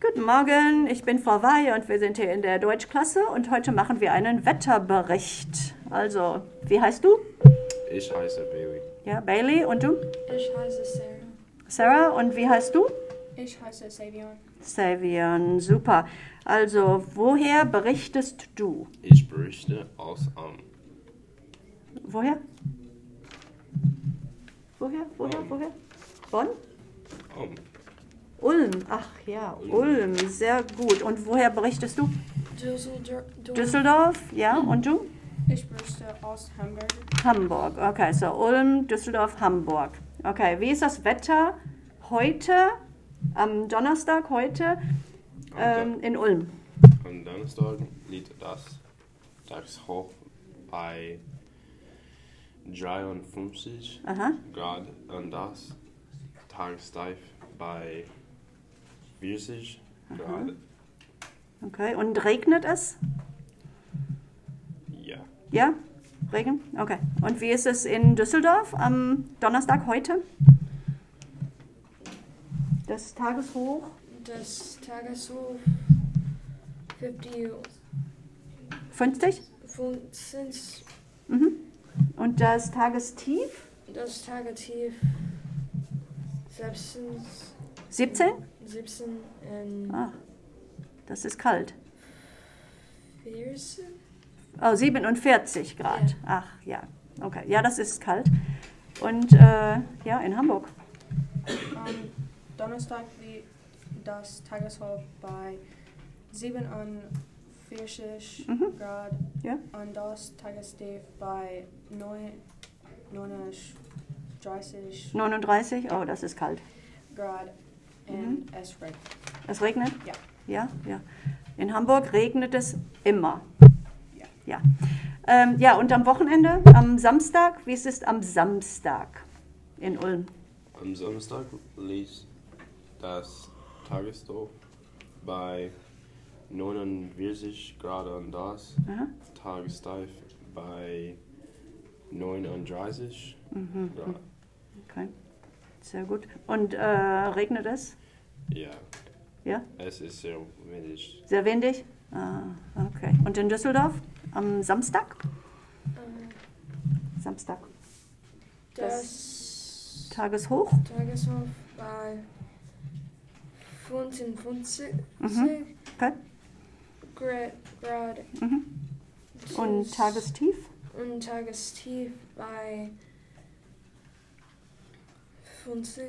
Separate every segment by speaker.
Speaker 1: Guten Morgen, ich bin Frau Wey und wir sind hier in der Deutschklasse und heute machen wir einen Wetterbericht. Also, wie heißt du?
Speaker 2: Ich heiße Bailey.
Speaker 1: Ja, Bailey und du?
Speaker 3: Ich heiße Sarah.
Speaker 1: Sarah und wie heißt du?
Speaker 3: Ich heiße Savion.
Speaker 1: Savian, super. Also, woher berichtest du?
Speaker 2: Ich berichte aus ähm,
Speaker 1: Woher? Woher, woher, woher? Bonn?
Speaker 2: ähm,
Speaker 1: Ulm, ach ja, Ulm, sehr gut. Und woher berichtest du?
Speaker 3: Düsseldorf.
Speaker 1: Düsseldorf, ja, und du?
Speaker 3: Ich berichte aus Hamburg.
Speaker 1: Hamburg, okay, so Ulm, Düsseldorf, Hamburg. Okay, wie ist das Wetter heute, am Donnerstag heute ähm, in Ulm?
Speaker 2: am Donnerstag liegt das Tageshoch bei 53
Speaker 1: Aha,
Speaker 2: Grad und das Tagestief bei 40 Grad.
Speaker 1: okay. Und regnet es?
Speaker 2: Ja,
Speaker 1: Ja? Regen? Okay. Und wie ist es in Düsseldorf am Donnerstag heute? Das Tageshoch?
Speaker 3: Das Tageshoch 50
Speaker 1: 50?
Speaker 3: von- sind
Speaker 1: Mhm. Und das Tagestief?
Speaker 3: das Tagetief 17,
Speaker 1: 17?
Speaker 3: 17 und
Speaker 1: Ah, das ist kalt.
Speaker 3: 14.
Speaker 1: Oh, 47 Grad. Ach ja, okay. Ja, das ist kalt. Und äh, ja, in Hamburg.
Speaker 4: Am Donnerstag liegt das Tageshoch bei 47
Speaker 1: Mhm.
Speaker 4: Grad
Speaker 1: Ja.
Speaker 4: und das Tagestief bei 9 39
Speaker 1: 39, oh, das ist kalt.
Speaker 4: Grad und es regnet.
Speaker 1: Es regnet?
Speaker 4: Ja.
Speaker 1: Ja, ja. In Hamburg regnet es immer.
Speaker 4: Ja.
Speaker 1: Ja. Ähm, ja, und am Wochenende, am Samstag, wie ist es am Samstag in Ulm?
Speaker 2: am Samstag liegt das Tageshoch bei 49 Grad und das
Speaker 1: Aha.
Speaker 2: Tagestief bei 39
Speaker 1: Mhm.
Speaker 2: Grad.
Speaker 1: Okay. Sehr gut. Und äh, regnet es?
Speaker 2: Ja,
Speaker 1: Ja?
Speaker 2: es ist sehr windig.
Speaker 1: Sehr windig? Ah, okay. Und in Düsseldorf am Samstag?
Speaker 3: Ähm,
Speaker 1: Samstag.
Speaker 3: Das
Speaker 1: Tageshoch?
Speaker 3: Tageshoch bei 55
Speaker 1: Mhm. Okay.
Speaker 3: Gra- Grad
Speaker 1: Mhm. Und Tagestief?
Speaker 3: und Tagestief bei 50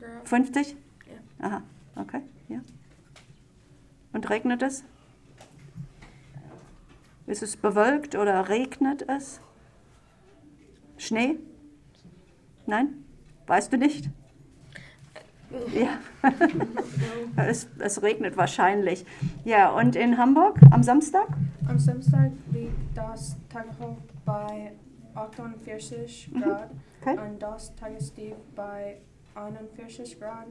Speaker 3: Grad.
Speaker 1: 50?
Speaker 3: Ja.
Speaker 1: Aha, okay, ja. Und regnet es? Ist es bewölkt oder regnet es? Schnee? Nein? Weißt du nicht? Ja. es, es regnet wahrscheinlich. Ja, und in Hamburg am Samstag?
Speaker 4: Am Samstag liegt das Tageshoch bei 48 Grad
Speaker 1: Okay.
Speaker 4: und das Tagestief bei 41 Grad.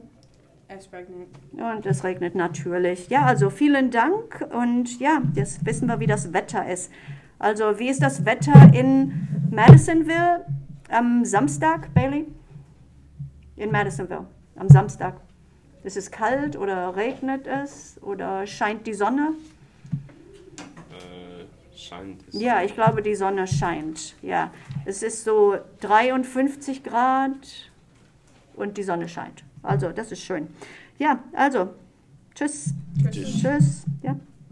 Speaker 4: Es regnet.
Speaker 1: Und es regnet natürlich. Ja, also vielen Dank. Und ja, jetzt wissen wir, wie das Wetter ist. Also, wie ist das Wetter in Madisonville am Samstag, Bailey? In Madisonville am Samstag. Ist es kalt oder regnet es oder scheint die Sonne?
Speaker 2: Äh, scheint es.
Speaker 1: Ja, ich glaube, die Sonne scheint. Ja, es ist so 53 Grad und die Sonne scheint. Also, das ist schön. Ja, also, tschüss.
Speaker 2: Tschüss.
Speaker 1: Tschüss. Ja.